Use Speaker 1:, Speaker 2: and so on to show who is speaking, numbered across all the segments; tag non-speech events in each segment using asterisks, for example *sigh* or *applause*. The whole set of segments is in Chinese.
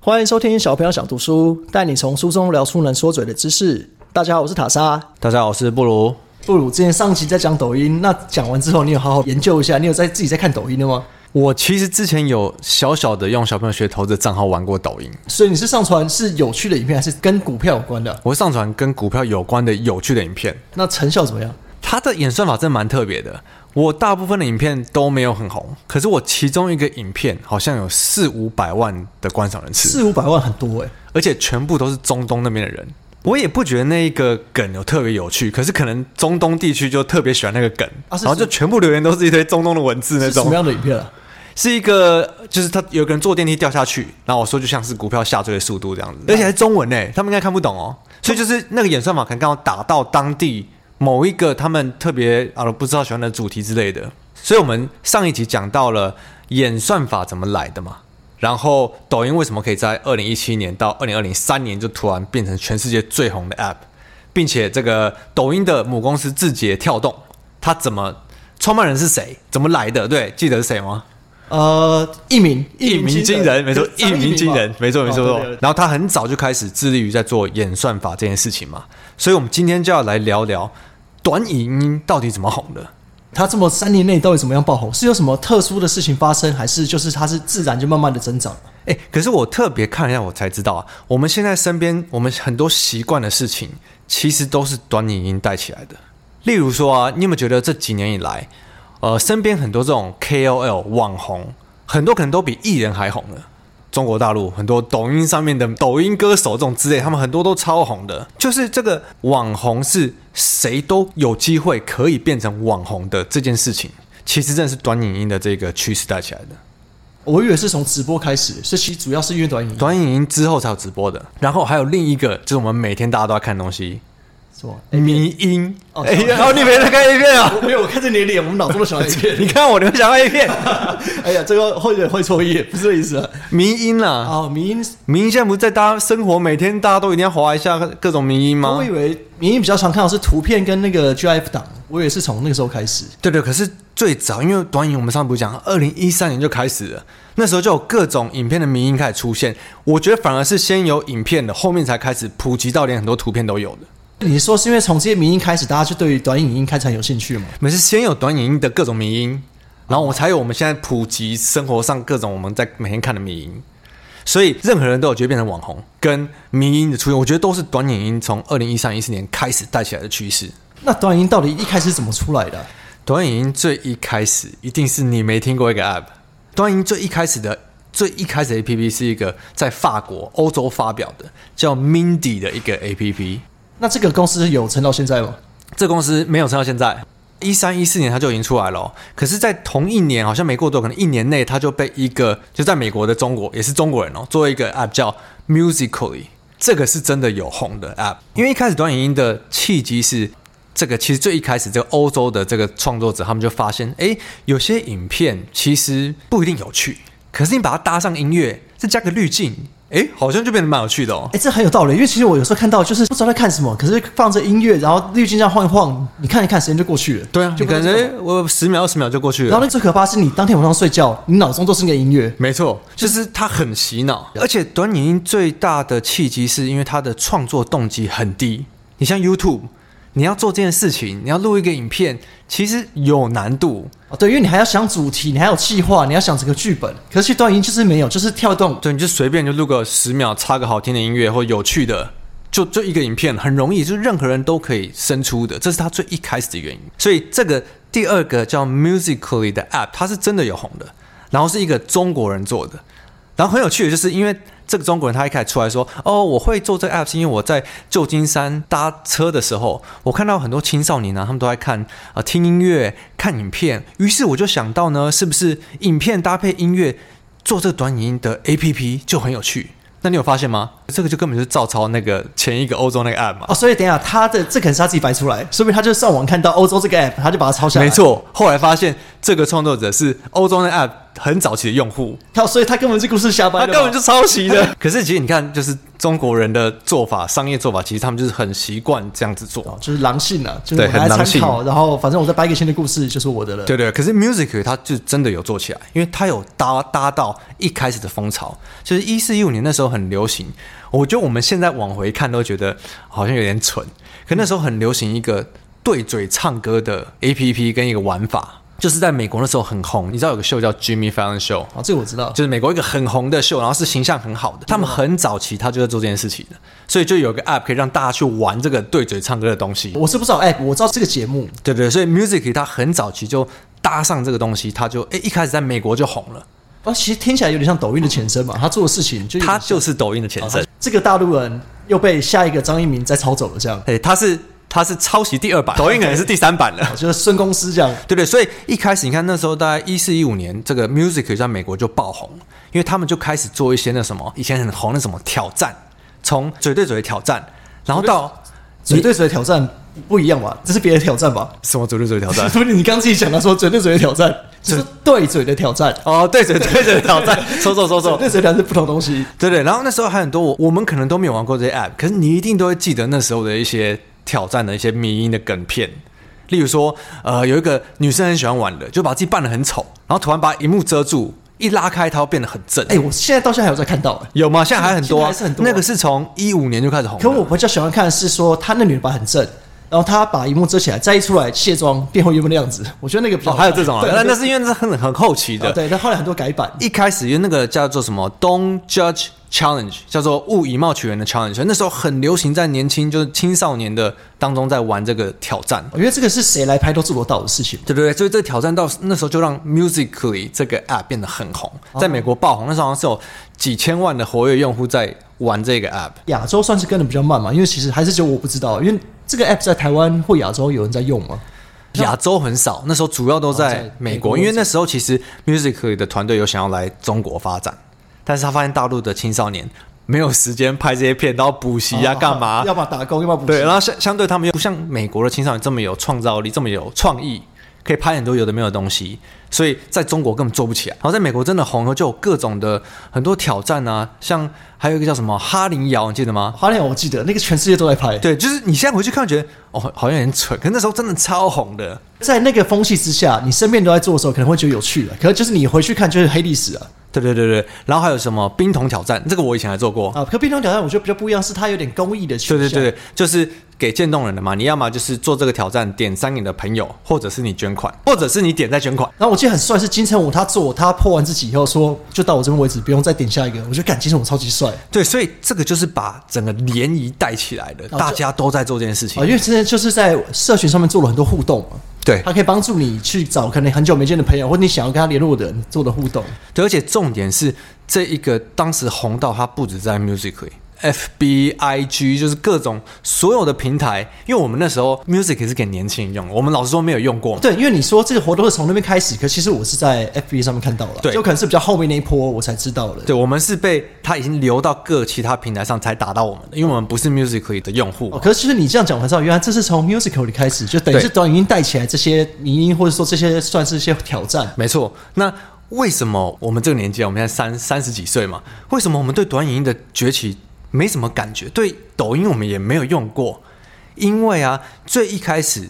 Speaker 1: 欢迎收听小朋友想读书，带你从书中聊出能说嘴的知识。大家好，我是塔莎。
Speaker 2: 大家好，我是布鲁。
Speaker 1: 布鲁之前上集在讲抖音，那讲完之后，你有好好研究一下，你有在自己在看抖音的吗？
Speaker 2: 我其实之前有小小的用小朋友学投资的账号玩过抖音，
Speaker 1: 所以你是上传是有趣的影片，还是跟股票有关的？
Speaker 2: 我上传跟股票有关的有趣的影片，
Speaker 1: 那成效怎么样？
Speaker 2: 它的演算法真的蛮特别的。我大部分的影片都没有很红，可是我其中一个影片好像有四五百万的观赏人次，
Speaker 1: 四五百万很多哎、
Speaker 2: 而且全部都是中东那边的人。我也不觉得那一个梗有特别有趣，可是可能中东地区就特别喜欢那个梗，
Speaker 1: 啊是
Speaker 2: 然后就全部留言都是一堆中东的文字那
Speaker 1: 是什么
Speaker 2: 种。
Speaker 1: 样的影片啊？
Speaker 2: 是一个，就是他有个人坐电梯掉下去，然后我说就像是股票下坠的速度这样子，而且还是中文诶，他们应该看不懂哦。所以就是那个演算法可能刚好打到当地某一个他们特别啊不知道喜欢的主题之类的。所以我们上一集讲到了演算法怎么来的嘛，然后抖音为什么可以在二零一七年到二零二零三年就突然变成全世界最红的 App，并且这个抖音的母公司字节跳动，它怎么创办人是谁，怎么来的？对，记得是谁吗？
Speaker 1: 呃，一鸣，
Speaker 2: 一鸣惊人，没错，一
Speaker 1: 张
Speaker 2: 鸣惊人
Speaker 1: 嘛，
Speaker 2: 没错，没错。
Speaker 1: 哦
Speaker 2: 没错
Speaker 1: 对对对
Speaker 2: 然后他很早就开始致力于在做演算法这件事情嘛，所以我们今天就要来聊聊短影音到底怎么红的。
Speaker 1: 他这么三年内到底怎么样爆红？是有什么特殊的事情发生，还是就是它是自然就慢慢的增长？
Speaker 2: 哎，可是我特别看了一下，我才知道啊，我们现在身边我们很多习惯的事情，其实都是短影音带起来的。例如说啊，你有没有觉得这几年以来，呃，身边很多这种 KOL 网红，很多可能都比艺人还红了。中国大陆很多抖音上面的抖音歌手这种之类，他们很多都超红的。就是这个网红是谁都有机会可以变成网红的这件事情，其实正是短影音的这个趋势带起来的。
Speaker 1: 我以为是从直播开始，是其实主要是因为短影音，
Speaker 2: 短影音之后才有直播的，然后还有另一个就是我们每天大家都要看的东西，
Speaker 1: 是吗？
Speaker 2: 迷音。
Speaker 1: 哦
Speaker 2: 哎
Speaker 1: 是吗
Speaker 2: 然后你每天看 A 片啊？
Speaker 1: 哎我
Speaker 2: *laughs*
Speaker 1: 没有，我看着你的脸，我脑中都想到一遍。
Speaker 2: 你看我，你会想到 A 片？
Speaker 1: *laughs* 哎呀，这个会点会错意，不是这意思啊。
Speaker 2: 迷音
Speaker 1: *laughs*
Speaker 2: 啊，
Speaker 1: 哦，民音，
Speaker 2: 迷音现在不是在大家生活每天大家都一定要划一下各种迷音吗
Speaker 1: 我以？为民音比较常看到是图片跟那个 GIF 档，我以为是从那个时候开始。
Speaker 2: 对对，可是最早因为短影，我们上次不是讲，二零一三年就开始了，那时候就有各种影片的迷音开始出现。我觉得反而是先有影片的，后面才开始普及到连很多图片都有的。
Speaker 1: 你说是因为从这些民音开始，大家就对于短影音开始很有兴趣嘛？
Speaker 2: 我们是先有短影音的各种迷音，然后我才有我们现在普及生活上各种我们在每天看的迷音。所以任何人都有机会变成网红，跟迷音的出现，我觉得都是短影音从二零一三一四年开始带起来的趋势。
Speaker 1: 那短影音到底一开始怎么出来的啊？
Speaker 2: 短影音最一开始一定是你没听过一个 app，短影音最一开始的最一开始的 app 是一个在法国欧洲发表的叫 Mindy 的一个 app。
Speaker 1: 那这个公司有撑到现在吗？
Speaker 2: 这公司没有撑到现在，一三一四年它就已经出来了哦、可是，在同一年，好像没过多久，可能一年内，它就被一个就在美国的中国也是中国人哦，做一个 app 叫 Musically，这个是真的有红的 app。因为一开始短影音的契机是这个，其实最一开始这个欧洲的这个创作者，他们就发现，诶，有些影片其实不一定有趣，可是你把它搭上音乐，再加个滤镜，诶，好像就变得蛮有趣的哦。
Speaker 1: 哎、这很有道理，因为其实我有时候看到就是不知道在看什么，可是放着音乐，然后滤镜这样晃一晃，你看一看，时间就过去了。
Speaker 2: 对啊，
Speaker 1: 就
Speaker 2: 就
Speaker 1: 不知道
Speaker 2: 感
Speaker 1: 在干嘛
Speaker 2: 觉我十秒二十秒就过去了
Speaker 1: 然后。那最可怕是你当天晚上睡觉，你脑中都是那个音乐。
Speaker 2: 没错，就是它很洗脑，而且短影音最大的契机是因为它的创作动机很低。你像 YouTube，你要做这件事情，你要录一个影片，其实有难度。
Speaker 1: 哦，对，因为你还要想主题，你还有计划，你要想整个剧本。可是去段音就是没有，就是跳动。
Speaker 2: 对，你就随便就录个十秒，插个好听的音乐或有趣的，就就一个影片，很容易，就是任何人都可以生出的，这是它最一开始的原因。所以这个第二个叫 Musically 的 App，它是真的有红的，然后是一个中国人做的，然后很有趣的就是因为。这个中国人他一开始出来说：“哦，我会做这个 app 是因为我在旧金山搭车的时候，我看到很多青少年啊，他们都在看啊、呃听音乐、看影片。于是我就想到呢，是不是影片搭配音乐做这个短影音的 app 就很有趣？那你有发现吗？这个就根本就是照抄那个前一个欧洲那个 app 嘛。
Speaker 1: 哦，所以等一下他的这可能是他自己掰出来，说不定他就上网看到欧洲这个 app，他就把它抄下来。
Speaker 2: 没，错，后来发现这个创作者是欧洲那个 app 很早期的用户，
Speaker 1: 他所以他根本这故事瞎掰
Speaker 2: 他
Speaker 1: 的嘛，
Speaker 2: 根本就抄袭的。 *laughs* 可是其实你看，就是中国人的做法，商业做法，其实他们就是很习惯这样子
Speaker 1: 哦
Speaker 2: 做。
Speaker 1: 就是狼性啊，就是
Speaker 2: 对
Speaker 1: 我拿来
Speaker 2: 很狼
Speaker 1: 参
Speaker 2: 性
Speaker 1: 考，然后反正我再掰一个新的故事就是我的了。
Speaker 2: 对对，可是 Music 它就真的有做起来，因为它有搭搭到一开始的风潮，就是一四一五年那时候很流行。我觉得我们现在往回看都觉得好像有点蠢，可那时候很流行一个对嘴唱歌的 A P P 跟一个玩法，就是在美国那时候很红。你知道有个秀叫 Jimmy Fallon Show，
Speaker 1: 啊，这个我知道。
Speaker 2: 就是美国一个很红的秀，然后是形象很好的，他们很早期他就在做这件事情的，所以就有个 app 可以让大家去玩这个对嘴唱歌的东西。
Speaker 1: 我是不知道 app，我知道这个节目，
Speaker 2: 对对，所以 music 它很早期就搭上这个东西，它就诶一开始在美国就红了，
Speaker 1: 啊，其实听起来有点像抖音的前身嘛。他做的事情就有点
Speaker 2: 它
Speaker 1: 像
Speaker 2: 就是抖音的前身
Speaker 1: 啊，这个大陆人又被下一个张一鸣再抄走了，这样，
Speaker 2: 诶，它是它是抄袭第二版，抖音可能是第三版了。
Speaker 1: 啊就是孙公司这样。
Speaker 2: *laughs* 对不对？所以一开始你看那时候大概一四一五年，这个 music 在美国就爆红，因为他们就开始做一些那什么以前很红的什么挑战，从嘴对嘴的挑战，然后到
Speaker 1: 嘴对嘴的挑战不一样吧？这是别的挑战吧？
Speaker 2: 什么嘴对嘴的挑战。
Speaker 1: *laughs* 不是你刚自己讲的说嘴对嘴的挑战，就是对嘴的挑战，
Speaker 2: *laughs* 哦，对嘴对嘴的挑 *laughs* 战，走走走
Speaker 1: 嘴
Speaker 2: 走，
Speaker 1: 对嘴挑战是不同东西。
Speaker 2: 对对。然后那时候还很多我我们可能都没有玩过这些 app，可是你一定都会记得那时候的一些挑战的一些迷因的梗片，例如说，呃，有一个女生很喜欢玩的，就把自己扮得很丑，然后突然把荧幕遮住，一拉开它会变得很正。
Speaker 1: 哎，我现在到现在还有在看到、哎
Speaker 2: 有吗？现在还很多、
Speaker 1: 现在
Speaker 2: 啊，
Speaker 1: 还是很多啊
Speaker 2: 那个是从一五年就开始红了。
Speaker 1: 可我比较喜欢看的是说，他那女的把很正，然后他把荧幕遮起来，再一出来卸妆变回原本的样子，我觉得那个比较
Speaker 2: 哦，
Speaker 1: 好
Speaker 2: 还有这种啊，
Speaker 1: 对
Speaker 2: 那那
Speaker 1: 对
Speaker 2: 是因为是很很后期
Speaker 1: 啊
Speaker 2: 的。
Speaker 1: 对，但后来很多改版，
Speaker 2: 一开始因为那个叫做什么 “Don't Judge Challenge”，叫做勿以貌取人的 challenge，所以那时候很流行在年轻就是青少年的当中在玩这个挑战，
Speaker 1: 我觉得这个是谁来拍都做得到的事情。
Speaker 2: 对不对？所以这个挑战到那时候就让 Musically 这个 app 变得很红，在美国爆红。那时候好像是有几千万的活跃用户在玩这个 app。
Speaker 1: 亚洲算是跟的比较慢嘛，因为其实还是只有我不知道，因为这个 app 在台湾或亚洲有人在用吗？
Speaker 2: 亚洲很少，那时候主要都
Speaker 1: 哦在
Speaker 2: 在
Speaker 1: 美
Speaker 2: 美
Speaker 1: 国
Speaker 2: 国，因为那时候其实 Musical.ly 的团队有想要来中国发展，但是他发现大陆的青少年没有时间拍这些片，然后补习
Speaker 1: 哦
Speaker 2: 啊，
Speaker 1: *laughs*
Speaker 2: 干嘛？
Speaker 1: 要么打工，要么补习
Speaker 2: 对，然后相相对他们又不像美国的青少年这么有创造力，这么有创意，可以拍很多有的没有的东西，所以在中国根本做不起来。然后在美国真的红了，就有各种的很多挑战啊，像还有一个叫什么哈林摇，你记得吗？
Speaker 1: 花莲我记得那个全世界都在拍，
Speaker 2: 对，就是你现在回去看，觉得哦，好像有点蠢，可是那时候真的超红的。
Speaker 1: 在那个风气之下，你身边都在做的时候，可能会觉得有趣了，可是就是你回去看就是黑历史啊
Speaker 2: 对对对对，然后还有什么冰桶挑战，这个我以前还做过。
Speaker 1: 啊！可冰桶挑战我觉得比较不一样，是它有点公益的
Speaker 2: 对
Speaker 1: 倾
Speaker 2: 对
Speaker 1: 向，
Speaker 2: 对，就是给渐冻人的嘛，你要么就是做这个挑战，点三个你的朋友，或者是你捐款，或者是你点再捐款。
Speaker 1: 然后我记得很帅，是金城武他做他破完自己以后说，就到我这边为止，不用再点下一个。我觉得感金城武超级帅啊、
Speaker 2: 对，所以这个就是把整个联谊带起来的，
Speaker 1: 这
Speaker 2: 大家都在做这件事情。
Speaker 1: 因为之前就是在社群上面做了很多互动嘛，
Speaker 2: 对
Speaker 1: 他可以帮助你去找可能很久没见的朋友，或者你想要跟他联络的人做的互动。
Speaker 2: 对，而且重点是这一个当时红到它不止在 Musically。F B I G 就是各种所有的平台，因为我们那时候 Music 是给年轻人用的，我们老实说没有用过嘛。
Speaker 1: 对，因为你说这个活动是从那边开始，可其实我是在 FB 上面看到了，
Speaker 2: 对
Speaker 1: 就可能是比较后面那一波我才知道了。
Speaker 2: 对，我们是被它已经流到各其他平台上才打到我们的，因为我们不是 Musically 的用户
Speaker 1: 哦，。可是其实你这样讲，我才知道原来这是从 musical 里开始，就等于
Speaker 2: 对
Speaker 1: 是抖音带起来这些迷音，或者说这些算是一些挑战。
Speaker 2: 没错，那为什么我们这个年纪啊，我们现在三三十几岁嘛，为什么我们对短影音的崛起没什么感觉？对抖音我们也没有用过，因为啊，最一开始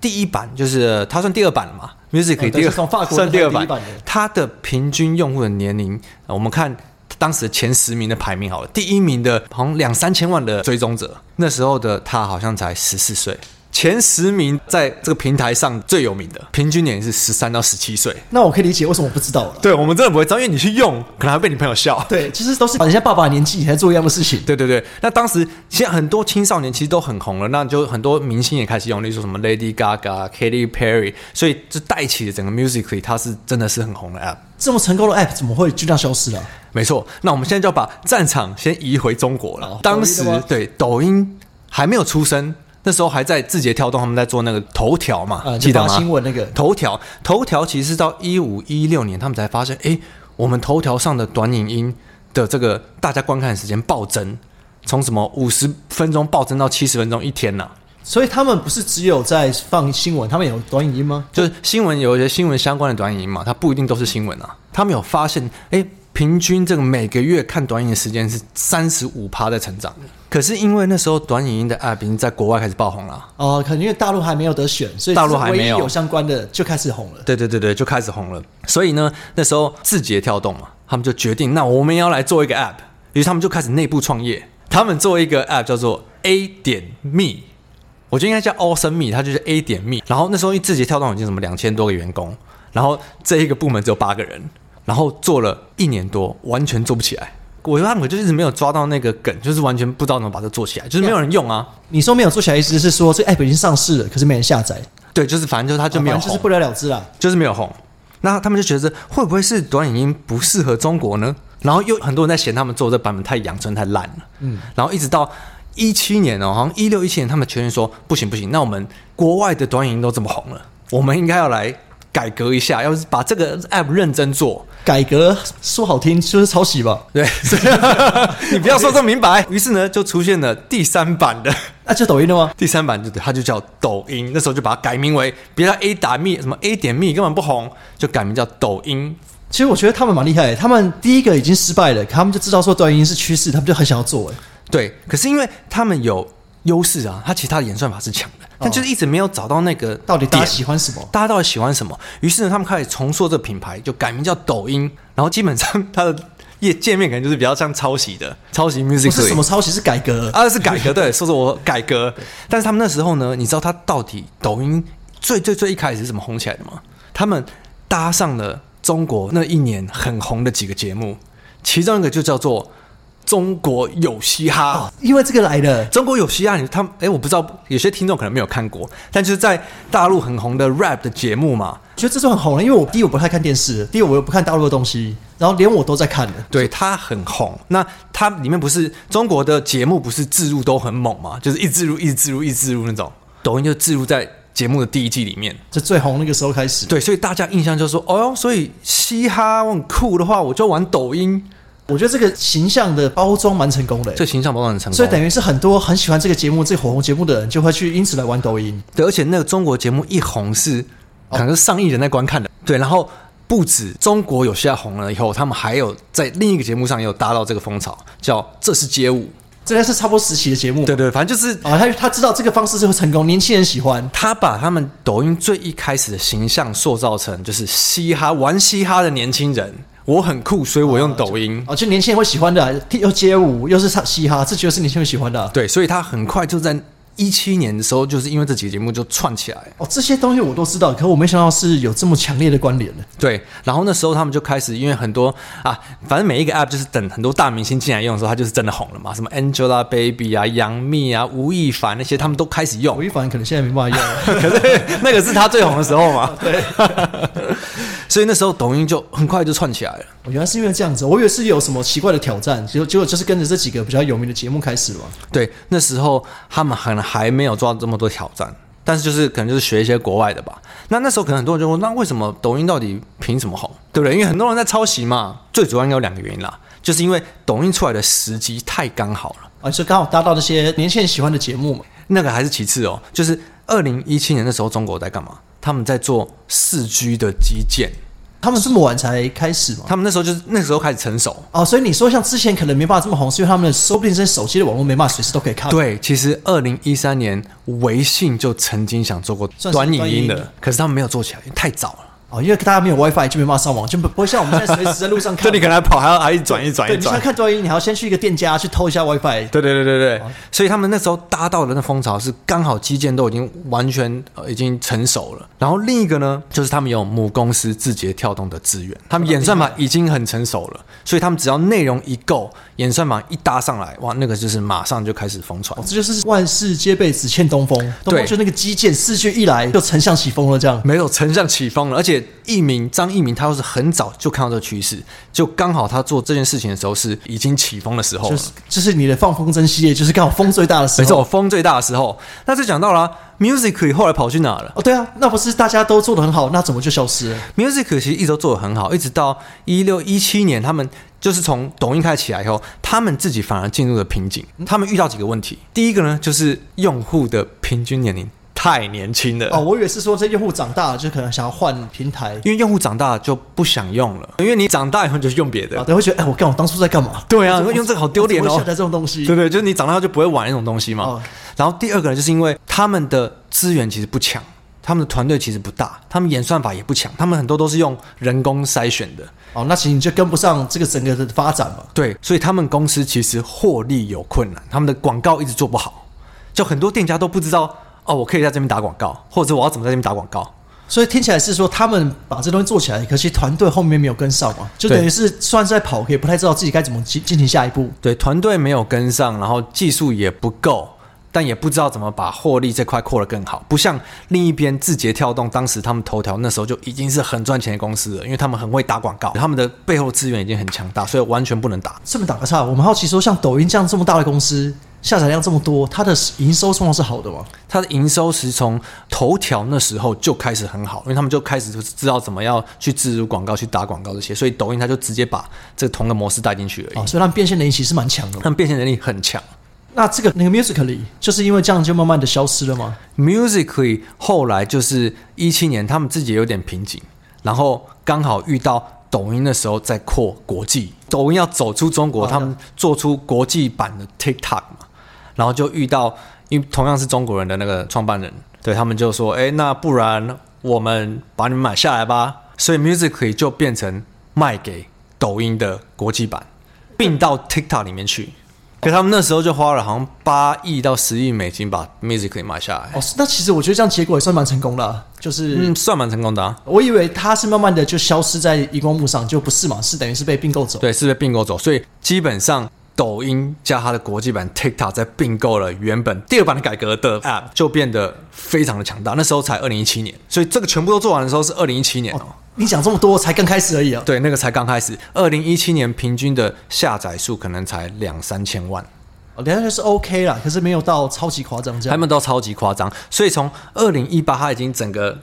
Speaker 2: 第一版就是呃它算第二版了嘛
Speaker 1: 嗯
Speaker 2: ，Music
Speaker 1: 对
Speaker 2: 第二、
Speaker 1: 是从法国
Speaker 2: 算第二
Speaker 1: 那
Speaker 2: 版
Speaker 1: 第一版的，
Speaker 2: 它的平均用户的年龄，呃我们看。当时前十名的排名好了，第一名的好像两三千万的追踪者，那时候的他好像才十四岁。前十名在这个平台上最有名的，平均年龄是十三到十七岁。
Speaker 1: 那我可以理解为什么我不知道了。
Speaker 2: 对，我们真的不会知道，因为你去用，可能还被你朋友笑。
Speaker 1: 对，其实都是人家爸爸的年纪才做一样的事情。
Speaker 2: *laughs* 对对对，那当时其实很多青少年其实都很红了，那就很多明星也开始用，例如说什么 Lady Gaga、Katy Perry，所以就带起了整个 Musically，它是真的是很红的 app。
Speaker 1: 这么成功的 app 怎么会就这样消失了、
Speaker 2: 没错，那我们现在就要把战场先移回中国了。
Speaker 1: 哦
Speaker 2: 当
Speaker 1: 抖
Speaker 2: 时
Speaker 1: 音的吗
Speaker 2: 对抖音还没有出生，那时候还在字节跳动，他们在做那个头条嘛，
Speaker 1: 啊？
Speaker 2: 记得
Speaker 1: 就
Speaker 2: 吗？
Speaker 1: 发新闻那个，
Speaker 2: 头条，头条其实是到一五一六年，他们才发现，诶，我们头条上的短影音的这个大家观看时间暴增，从什么五十分钟暴增到七十分钟一天呐、
Speaker 1: 所以他们不是只有在放新闻，他们也有短影音吗？
Speaker 2: 就是新闻有一些新闻相关的短影音嘛，它不一定都是新闻啊。他们有发现，哎，平均这个每个月看短影的时间是三十五趴在成长的。可是因为那时候短影音的 app 已经在国外开始爆红了，
Speaker 1: 哦，可能因为大陆还没有得选，所以
Speaker 2: 大陆还
Speaker 1: 唯一
Speaker 2: 没有
Speaker 1: 有相关的就开始红了。
Speaker 2: 对对对对，就开始红了。所以呢，那时候字节跳动嘛，他们就决定，那我们也要来做一个 app，于是他们就开始内部创业，他们做一个 app 叫做 A 点 me。我觉得应该叫 Awesome Me，它就是 A 点 Me。然后那时候因为字节跳动已经什么两千多个员工，然后这一个部门只有八个人，然后做了一年多，完全做不起来。我觉得他们就一直没有抓到那个梗，就是完全不知道怎么把它做起来，就是没有人用啊。
Speaker 1: 你说没有做起来，意思是说这 app 已经上市了，可是没人下载，哦
Speaker 2: 对，就是反正就是它就没有
Speaker 1: 反正就
Speaker 2: 红，
Speaker 1: 是不了了之啦。
Speaker 2: 就是没有红。那他们就觉得会不会是短影音不适合中国呢？然后又很多人在嫌他们做这版本太阳春太烂了。嗯，然后一直到一七年哦，好像一六一七年，他们决定说不行不行，那我们国外的短影音都这么红了，我们应该要来改革一下，要是把这个 app 认真做。
Speaker 1: 改革说好听就是抄袭吧，
Speaker 2: 对， *laughs* 你不要说这么明白。于是呢，就出现了第三版的。 *laughs*
Speaker 1: 那、就抖音了吗？
Speaker 2: 第三版就对，它就叫抖音，那时候就把它改名为，别叫 A 打密什么 A 点密根本不红，就改名叫抖音
Speaker 1: 其实我觉得他们蛮厉害的，他们第一个已经失败了，可他们就知道说短影音是趋势，他们就很想要做。哎，
Speaker 2: 对，可是因为他们有优势啊，他其他的演算法是强的，但就是一直没有找到那个
Speaker 1: 哦到底大家
Speaker 2: 点
Speaker 1: 喜欢什么？
Speaker 2: 大家到底喜欢什么。于是呢，他们开始重塑这个品牌，就改名叫抖音，然后基本上它的页界面可能就是比较像抄袭的，抄袭 music
Speaker 1: 不是什么抄袭，是改革。
Speaker 2: 啊，是改革，对，说说我改革。但是他们那时候呢，你知道他到底抖音最最最一开始是怎么红起来的吗？他们搭上了中国那一年很红的几个节目，其中一个就叫做《中国有嘻哈》
Speaker 1: 啊，因为这个来的，
Speaker 2: 中国有嘻哈，你他们哎，我不知道，有些听众可能没有看过，但就是在大陆很红的 rap 的节目嘛，
Speaker 1: 觉得这就很红了。因为我第一我不太看电视，第二我又不看大陆的东西，然后连我都在看的。
Speaker 2: 对，它很红。那它里面不是中国的节目，不是置入都很猛嘛，就是一置入一置入一置入那种，抖音就置入在节目的第一季里面。
Speaker 1: 就最红那个时候开始，
Speaker 2: 对，所以大家印象就说，哦哟，所以嘻哈我很酷的话，我就玩抖音，
Speaker 1: 我觉得这个形象的包装蛮成功的。哎
Speaker 2: 这形象包装很成功。
Speaker 1: 所以等于是很多很喜欢这个节目、这个火红节目的人，就会去因此来玩抖音。
Speaker 2: 对，而且那个中国节目一红是，可能是上亿人在观看的。对，然后不止中国有嘻哈红了以后，他们还有在另一个节目上也有搭到这个风潮，叫《这是街舞
Speaker 1: 这该是差不多时期的节目。》。
Speaker 2: 对对，反正就是
Speaker 1: 啊，他他知道这个方式是会成功，年轻人喜欢。
Speaker 2: 他把他们抖音最一开始的形象塑造成就是嘻哈玩嘻哈的年轻人，我很酷，所以我用抖音。
Speaker 1: 啊，就年轻人会喜欢的啊、 *laughs* 又街舞又是唱嘻哈，这就是年轻人喜欢的啊、
Speaker 2: 对，所以他很快就在一七年的时候，就是因为这几个节目就串起来。
Speaker 1: 哦，这些东西我都知道，可我没想到是有这么强烈的关联的。
Speaker 2: 对，然后那时候他们就开始，因为很多啊，反正每一个 app 就是等很多大明星进来用的时候，它就是真的红了嘛，什么 Angelababy 啊、杨幂啊、吴亦凡那些，他们都开始用
Speaker 1: *laughs* 吴。亦凡可能现在没办法用了， *laughs*
Speaker 2: 可是 *laughs* 那个是他最红的时候嘛，
Speaker 1: 对，
Speaker 2: *laughs* 所以那时候抖音就很快就串起来了。
Speaker 1: 我哦原来是因为这样子，我以为是有什么奇怪的挑战，结果结果就是跟着这几个比较有名的节目开始了嘛。
Speaker 2: 对，那时候他们可能还没有抓这么多挑战，但是就是可能就是学一些国外的吧。那那时候可能很多人就问，那为什么抖音到底凭什么红？对不对？因为很多人在抄袭嘛。最主要应该有两个原因啦，就是因为抖音出来的时机太刚好了。
Speaker 1: 啊，就刚好搭到那些年轻人喜欢的节目嘛。
Speaker 2: 那个还是其次哦，就是二零一七年的时候，中国在干嘛？他们在做四 G 的基建，
Speaker 1: 他们这么晚才开始嘛？
Speaker 2: 他们那时候就是那时候开始成熟。
Speaker 1: 哦，所以你说像之前可能没办法这么红，是因为他们的说不定是手机的网络没办法随时都可以看。，
Speaker 2: 对，其实二零一三年微信就曾经想做过
Speaker 1: 算是
Speaker 2: 短影音
Speaker 1: 短影
Speaker 2: 的，可是他们没有做起来，因为太早了。
Speaker 1: 哦，因为大家没有 WiFi 就没办法上网，就不不会像我们现在随时在路上
Speaker 2: *laughs*
Speaker 1: 看。
Speaker 2: 这你可能还跑，还要还一转一转
Speaker 1: 对，
Speaker 2: 一
Speaker 1: 你想
Speaker 2: 转。
Speaker 1: 看抖音，你还要先去一个店家去偷一下 WiFi。
Speaker 2: 对对对对对，
Speaker 1: 哦
Speaker 2: 所以他们那时候搭到的那风潮是刚好基建都已经完全、呃、已经成熟了，然后另一个呢，就是他们有母公司字节跳动的资源，他们演
Speaker 1: 哦
Speaker 2: 算法已经很成熟了，所以他们只要内容一够，演算法一搭上来，哇，那个就是马上就开始疯传
Speaker 1: 哦，。这就是万事皆备只欠东风。东风
Speaker 2: 对
Speaker 1: 就那个基建，四句一来就丞相起风了，这样。
Speaker 2: 没有丞相起风了，而且一鸣张一鸣，他又是很早就看到这个趋势，就刚好他做这件事情的时候是已经起风的时候了，
Speaker 1: 就是就是你的放风筝系列，就是刚好风最大的时
Speaker 2: 没
Speaker 1: 候。
Speaker 2: 错，风最大的时候。那就讲到了、Musical.ly 后来跑去哪了？
Speaker 1: 哦，对啊，那不是大家都做的很好，那怎么就消失了？
Speaker 2: Music 其实一直都做得很好，一直到一六一七年，他们就是从抖音开始起来以后，他们自己嗯反而进入了瓶颈。他们遇到几个问题，第一个呢，就是用户的平均年龄太年轻了。
Speaker 1: 哦，我以为是说这用户长大了，就可能想要换平台，
Speaker 2: 因为用户长大了就不想用了，因为你长大以后你就用别的。
Speaker 1: 啊，对，会觉得哎、我干我当初在干嘛？
Speaker 2: 对啊
Speaker 1: 我怎么
Speaker 2: 用这个好丢脸哦
Speaker 1: 我怎么会下载这种东西，
Speaker 2: 对对，就是你长大后就不会玩那种东西嘛。
Speaker 1: 哦
Speaker 2: 然后第二个呢，就是因为他们的资源其实不强，他们的团队其实不大，他们演算法也不强，他们很多都是用人工筛选的。
Speaker 1: 哦，那其实你就跟不上这个整个的发展嘛。
Speaker 2: 对，所以他们公司其实获利有困难，他们的广告一直做不好，就很多店家都不知道哦，我可以在这边打广告，或者我要怎么在这边打广告。
Speaker 1: 所以听起来是说他们把这东西做起来，可惜团队后面没有跟上嘛，就
Speaker 2: 对
Speaker 1: 等于是虽然是在跑，可也不太知道自己该怎么进进行下一步。
Speaker 2: 对，团队没有跟上，然后技术也不够，但也不知道怎么把获利这块扩得更好。不像另一边字节跳动，当时他们头条那时候就已经是很赚钱的公司了，因为他们很会打广告，他们的背后资源已经很强大，所以完全不能打。
Speaker 1: 这么打个岔，我们好奇说，像抖音这样这么大的公司，下载量这么多，它的营收状况是好的吗？
Speaker 2: 它的营收是从头条那时候就开始很好，因为他们就开始就知道怎么样去植入广告、去打广告这些，所以抖音它就直接把这同个模式带进去而已。
Speaker 1: 啊，所以他们变现能力其实蛮强的嘛。
Speaker 2: 他们变现能力很强。
Speaker 1: 那这个那个 Musically 就是因为这样就慢慢的消失了吗？
Speaker 2: Musically 后来就是一七年，他们自己也有点瓶颈，然后刚好遇到抖音的时候在扩国际，抖音要走出中国，
Speaker 1: 哦
Speaker 2: 他们做出国际版的 TikTok 嘛，然后就遇到，因为同样是中国人的那个创办人，对他们就说，哎，那不然我们把你们买下来吧，所以 Musically 就变成卖给抖音的国际版，并到 TikTok 里面去。可他们那时候就花了好像八亿到十亿美金把 Musically 买下来，
Speaker 1: 哦，那其实我觉得这样结果也算蛮成功的啊、就是、
Speaker 2: 嗯，算蛮成功的啊。
Speaker 1: 我以为它是慢慢的就消失在荧光幕上，就不是嘛，是等于是被并购走。
Speaker 2: 对，是被并购走，所以基本上抖音加它的国际版 TikTok 在并购了原本第二版的改革的 App，就变得非常的强大。那时候才二零一七年，所以这个全部都做完的时候是二零一七年哦。
Speaker 1: 你讲这么多，我才刚开始而已啊。
Speaker 2: 对，那个才刚开始，二零一七年平均的下载数可能才两三千万，
Speaker 1: 哦等一下就是 OK 啦，可是没有到超级夸张这
Speaker 2: 他
Speaker 1: 样。
Speaker 2: 们都超级夸张。所以从二零一八，它已经整个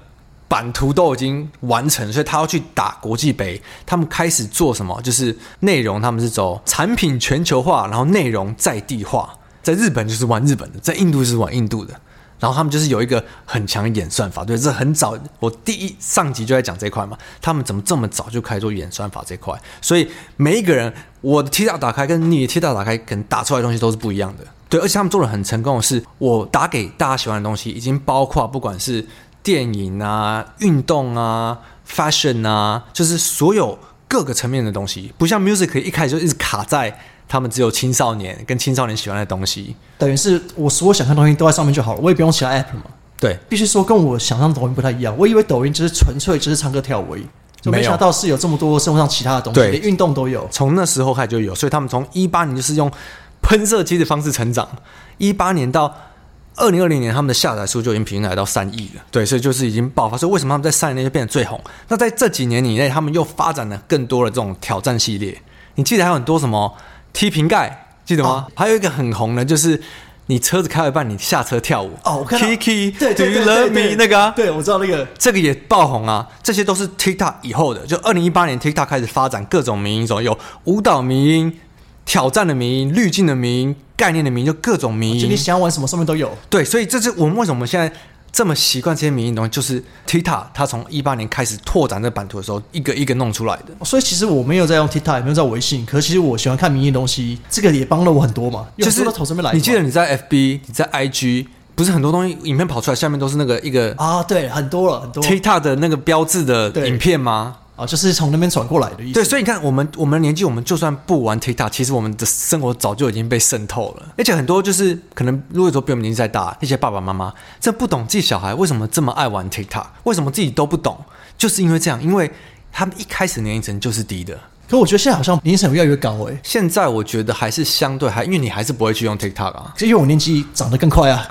Speaker 2: 版图都已经完成，所以他要去打国际杯。他们开始做什么？就是内容，他们是走产品全球化，然后内容在地化。在日本就是玩日本的，在印度就是玩印度的。然后他们就是有一个很强的演算法，对，这很早，我第一上集就在讲这块嘛，他们怎么这么早就开始做演算法这块？所以每一个人，我的 T 大打开跟你的 T 大打开，可能打出来的东西都是不一样的。对，而且他们做的很成功的是，我打给大家喜欢的东西，已经包括不管是电影啊、运动啊、fashion 啊，就是所有各个层面的东西，不像 music 一开始就一直卡在他们只有青少年跟青少年喜欢的东西。
Speaker 1: 等于是我所有想看的东西都在上面就好了，我也不用其他 app 嘛。
Speaker 2: 对，
Speaker 1: 必须说跟我想象的抖音不太一样，我以为抖音就是纯粹只是唱歌跳舞而已，就
Speaker 2: 没
Speaker 1: 没
Speaker 2: 有
Speaker 1: 想到是有这么多生活上其他的东西，
Speaker 2: 对
Speaker 1: 连运动都有。
Speaker 2: 从那时候开始就有，所以他们从一八年就是用喷射机的方式成长，一八年到二零二零年，他们的下载数就已经平均来到三亿了。对，所以就是已经爆发。所以为什么他们在三年内就变得最红？那在这几年以内，他们又发展了更多的这种挑战系列。你记得还有很多什么踢瓶盖，记得
Speaker 1: 哦
Speaker 2: 吗？还有一个很红的，就是你车子开到一半，你下车跳舞。
Speaker 1: 哦，我看到
Speaker 2: Kiki，
Speaker 1: 对对对
Speaker 2: Do you love
Speaker 1: 对
Speaker 2: me
Speaker 1: 对，
Speaker 2: 那个、啊。
Speaker 1: 对我知道那个，
Speaker 2: 这个也爆红啊！这些都是 TikTok 以后的，就二零一八年 TikTok 开始发展各种迷音种，有舞蹈迷音、挑战的迷音、滤镜的迷音、概念的迷音，就各种迷
Speaker 1: 就你
Speaker 2: 音。
Speaker 1: 想玩什么上面都有。
Speaker 2: 对，所以这是我们为什么现在这么习惯这些迷音的东西，就是 TikTok 它从一八年开始拓展这版图的时候，一个一个弄出来的。
Speaker 1: 所以其实我没有在用 TikTok，也没有在微信，可是其实我喜欢看民意的东西，这个也帮了我很多嘛，因为
Speaker 2: 就
Speaker 1: 我
Speaker 2: 是
Speaker 1: 都从这边来的嘛。
Speaker 2: 你记得你在 FB、你在 IG，不是很多东西影片跑出来，下面都是那个一个
Speaker 1: 啊？对，很多了，很多
Speaker 2: TikTok 的那个标志的
Speaker 1: 对
Speaker 2: 影片吗？
Speaker 1: 啊，就是从那边转过来的意思。
Speaker 2: 对，所以你看，我们我们的年纪，我们就算不玩 TikTok，其实我们的生活早就已经被渗透了。而且很多就是可能，如果说比我们年纪再大，一些爸爸妈妈，这不懂自己小孩为什么这么爱玩 TikTok，为什么自己都不懂，就是因为这样，因为他们一开始年龄层就是低的。
Speaker 1: 可我觉得现在好像年龄层越来越高欸诶、
Speaker 2: 现在我觉得还是相对还，因为你还是不会去用 TikTok 啊。
Speaker 1: 因为我年纪长得更快啊。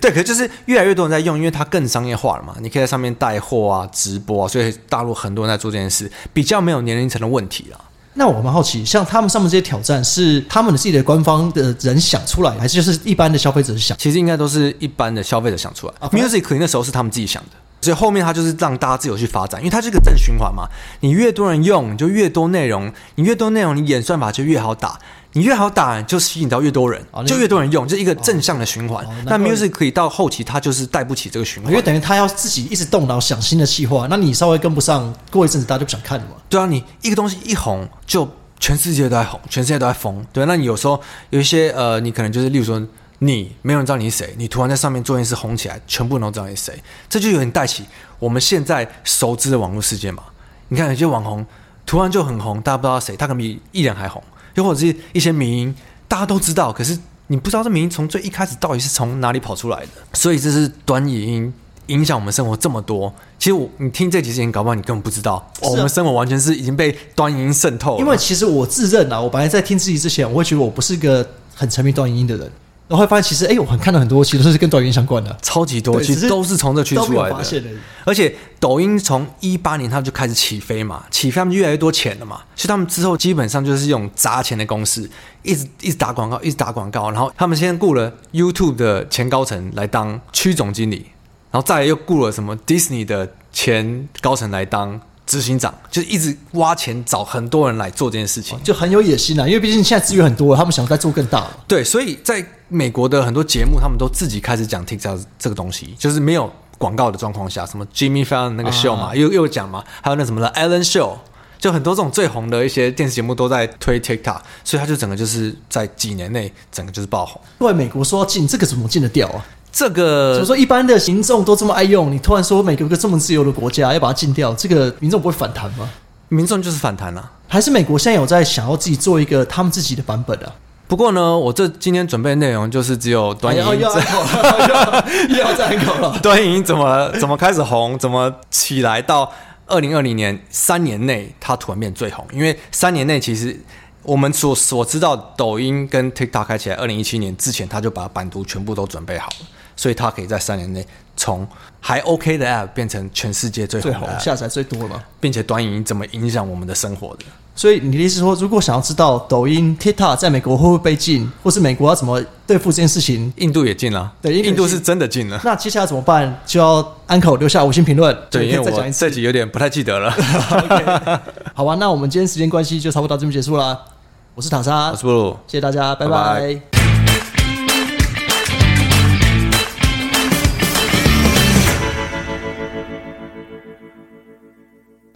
Speaker 2: 对，可是就是越来越多人在用，因为它更商业化了嘛，你可以在上面带货啊、直播啊，所以大陆很多人在做这件事，比较没有年龄层的问题了。啊
Speaker 1: 那我蛮好奇，像他们上面这些挑战是他们自己的官方的人想出来，还是就是一般的消费者想？
Speaker 2: 其实应该都是一般的消费者想出来。
Speaker 1: 啊
Speaker 2: Music 那时候是他们自己想的，所以后面他就是让大家自由去发展，因为它是一个正循环嘛。你越多人用，你就越多内容，你越多内容，你演算法就越好打。你越好打，就吸引到越多人，
Speaker 1: 哦那
Speaker 2: 就越多人用，这一个正向的循环。
Speaker 1: 哦
Speaker 2: 那
Speaker 1: 难怪
Speaker 2: Musical.ly 到后期它就是带不起这个循环
Speaker 1: 因为，等于他要自己一直动脑想新的计划，那你稍微跟不上，过一阵子大家就不想看了嘛。
Speaker 2: 对啊，你一个东西一红，就全世界都在红，全世界都在疯。对啊、那你有时候有一些呃，你可能就是例如说。你没有人知道你是谁，你突然在上面做件事红起来，全部人都知道你是谁，这就有点带起我们现在熟知的网络世界嘛。你看有些网红突然就很红，大家不知道谁，他可能比艺人还红，又或者是一些民音，大家都知道，可是你不知道这民音从最一开始到底是从哪里跑出来的。所以这是短影音影响我们生活这么多。其实我你听这集之前，搞不好你根本不知道，
Speaker 1: 是啊
Speaker 2: 哦、我们生活完全是已经被短影音渗透了。
Speaker 1: 因为其实我自认啊，我本来在听自己之前，我会觉得我不是一个很沉迷短影音的人，然后会发现其实，哎、我很看到很多其实都是跟短影音相关的，
Speaker 2: 超级多，
Speaker 1: 对
Speaker 2: 其
Speaker 1: 只
Speaker 2: 实
Speaker 1: 是
Speaker 2: 都是从这区
Speaker 1: 都
Speaker 2: 出
Speaker 1: 没有
Speaker 2: 来的
Speaker 1: 发。现而已。
Speaker 2: 而且抖音从一八年他们就开始起飞嘛，起飞他们越来越多钱了嘛，所以他们之后基本上就是用砸钱的公式，一直一直打广告，一直打广告，然后他们先雇了 YouTube 的前高层来当区总经理，然后再来又雇了什么 Disney 的前高层来当执行长，就是一直挖钱找很多人来做这件事情。
Speaker 1: 就很有野心啊，因为毕竟现在资源很多，他们想再做更大嘛。
Speaker 2: 对，所以在美国的很多节目，他们都自己开始讲 TikTok 这个东西，就是没有广告的状况下，什么 Jimmy Fallon
Speaker 1: 啊
Speaker 2: 那个秀嘛，又又讲嘛，还有那什么的 Ellen Show，就很多这种最红的一些电视节目都在推 TikTok，所以它就整个就是在几年内整个就是爆红。
Speaker 1: 对美国说要禁这个怎么禁得掉啊？
Speaker 2: 这
Speaker 1: 怎
Speaker 2: 个
Speaker 1: 么说一般的民众都这么爱用，你突然说美国有个这么自由的国家要把它禁掉，这个民众不会反弹吗？
Speaker 2: 民众就是反弹了、
Speaker 1: 还是美国现在有在想要自己做一个他们自己的版本啊？
Speaker 2: 不过呢，我这今天准备的内容就是只有短影
Speaker 1: 哎要
Speaker 2: 音
Speaker 1: 要
Speaker 2: 这
Speaker 1: 喊口了，又要再喊口
Speaker 2: *laughs*
Speaker 1: 了。
Speaker 2: 短影音怎么怎么开始红，怎么起来到二零二零年三年内，它突然变最红。因为三年内其实我们所所知道，抖音跟 TikTok 开起来，二零一七年之前，它就把版图全部都准备好了，所以它可以在三年内从还 OK 的 App 变成全世界最
Speaker 1: 最
Speaker 2: 红
Speaker 1: 红
Speaker 2: 的 app,
Speaker 1: 下载最多嘛。
Speaker 2: 并且短影音怎么影响我们的生活的。
Speaker 1: 所以你的意思是说，如果想要知道抖音、TikTok 在美国会不会被禁，或是美国要怎么对付这件事情，
Speaker 2: 印度也进了，
Speaker 1: 对印度
Speaker 2: 印度
Speaker 1: 也进
Speaker 2: 是真的进了。
Speaker 1: 那接下来怎么办？就要安口留下五星评论，
Speaker 2: 对，
Speaker 1: 就
Speaker 2: 因为
Speaker 1: 可以再讲
Speaker 2: 我
Speaker 1: 一次
Speaker 2: 这。集有点不太记得
Speaker 1: *laughs*
Speaker 2: 了。
Speaker 1: 好吧，那我们今天时间关系就差不多到这边结束啦。我是塔莎
Speaker 2: 我，是布鲁，
Speaker 1: 谢谢大家，
Speaker 2: 拜
Speaker 1: 拜
Speaker 2: 拜
Speaker 1: 拜